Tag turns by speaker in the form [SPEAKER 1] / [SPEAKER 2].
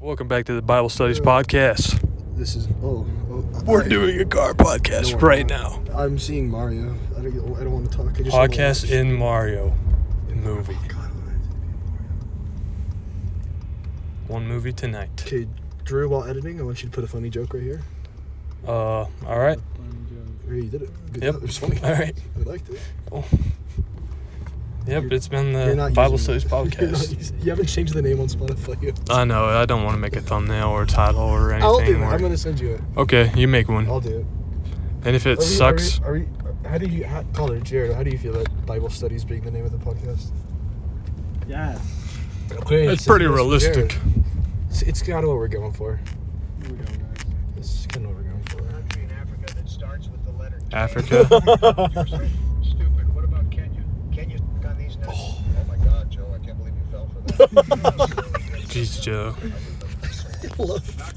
[SPEAKER 1] Welcome back to the Bible Studies Podcast.
[SPEAKER 2] This is oh, oh I-
[SPEAKER 1] We're doing a car podcast
[SPEAKER 2] No, we're
[SPEAKER 1] right
[SPEAKER 2] not.
[SPEAKER 1] now.
[SPEAKER 2] I'm seeing Mario. I don't. get- I don't want to talk. I just wanna
[SPEAKER 1] Podcast
[SPEAKER 2] watch. Oh
[SPEAKER 1] in Mario movie.
[SPEAKER 2] God,
[SPEAKER 1] One movie tonight.
[SPEAKER 2] Okay, Drew. While editing, I want you to put a funny joke right here.
[SPEAKER 1] Uh, all right.
[SPEAKER 2] Hey, you did it. Good
[SPEAKER 1] Yep.
[SPEAKER 2] job. It was funny.
[SPEAKER 1] All right.
[SPEAKER 2] I liked it.
[SPEAKER 1] Yep.
[SPEAKER 2] You're-
[SPEAKER 1] It's been
[SPEAKER 2] You're
[SPEAKER 1] the
[SPEAKER 2] not
[SPEAKER 1] Bible
[SPEAKER 2] using
[SPEAKER 1] Studies
[SPEAKER 2] it. You're not
[SPEAKER 1] Podcast.
[SPEAKER 2] using- you haven't changed the name on Spotify yet.
[SPEAKER 1] I know. I don't want to make a thumbnail or a title or anything.
[SPEAKER 2] I'll do it.
[SPEAKER 1] or-
[SPEAKER 2] I'm gonna send you it.
[SPEAKER 1] Okay, you make one.
[SPEAKER 2] I'll do it.
[SPEAKER 1] and if Mm-hmm. it
[SPEAKER 2] Are we-
[SPEAKER 1] sucks,
[SPEAKER 2] Are we, are we, how do you, how, Connor, Jared? How do you feel about Bible studies being the name of the podcast?
[SPEAKER 3] Yeah,
[SPEAKER 2] Okay,
[SPEAKER 1] it's pretty realistic.
[SPEAKER 2] It's, it's kind of what we're going for.
[SPEAKER 3] here we go, guys.
[SPEAKER 2] It's kind of what we're going for.
[SPEAKER 4] country in Africa that starts with the letter K.
[SPEAKER 1] Africa.
[SPEAKER 4] You're so stupid. What about Kenya? Kenya's on these nuts. Oh. my God, Joe! I can't believe you fell for that.
[SPEAKER 1] Jeez, Joe.
[SPEAKER 2] I love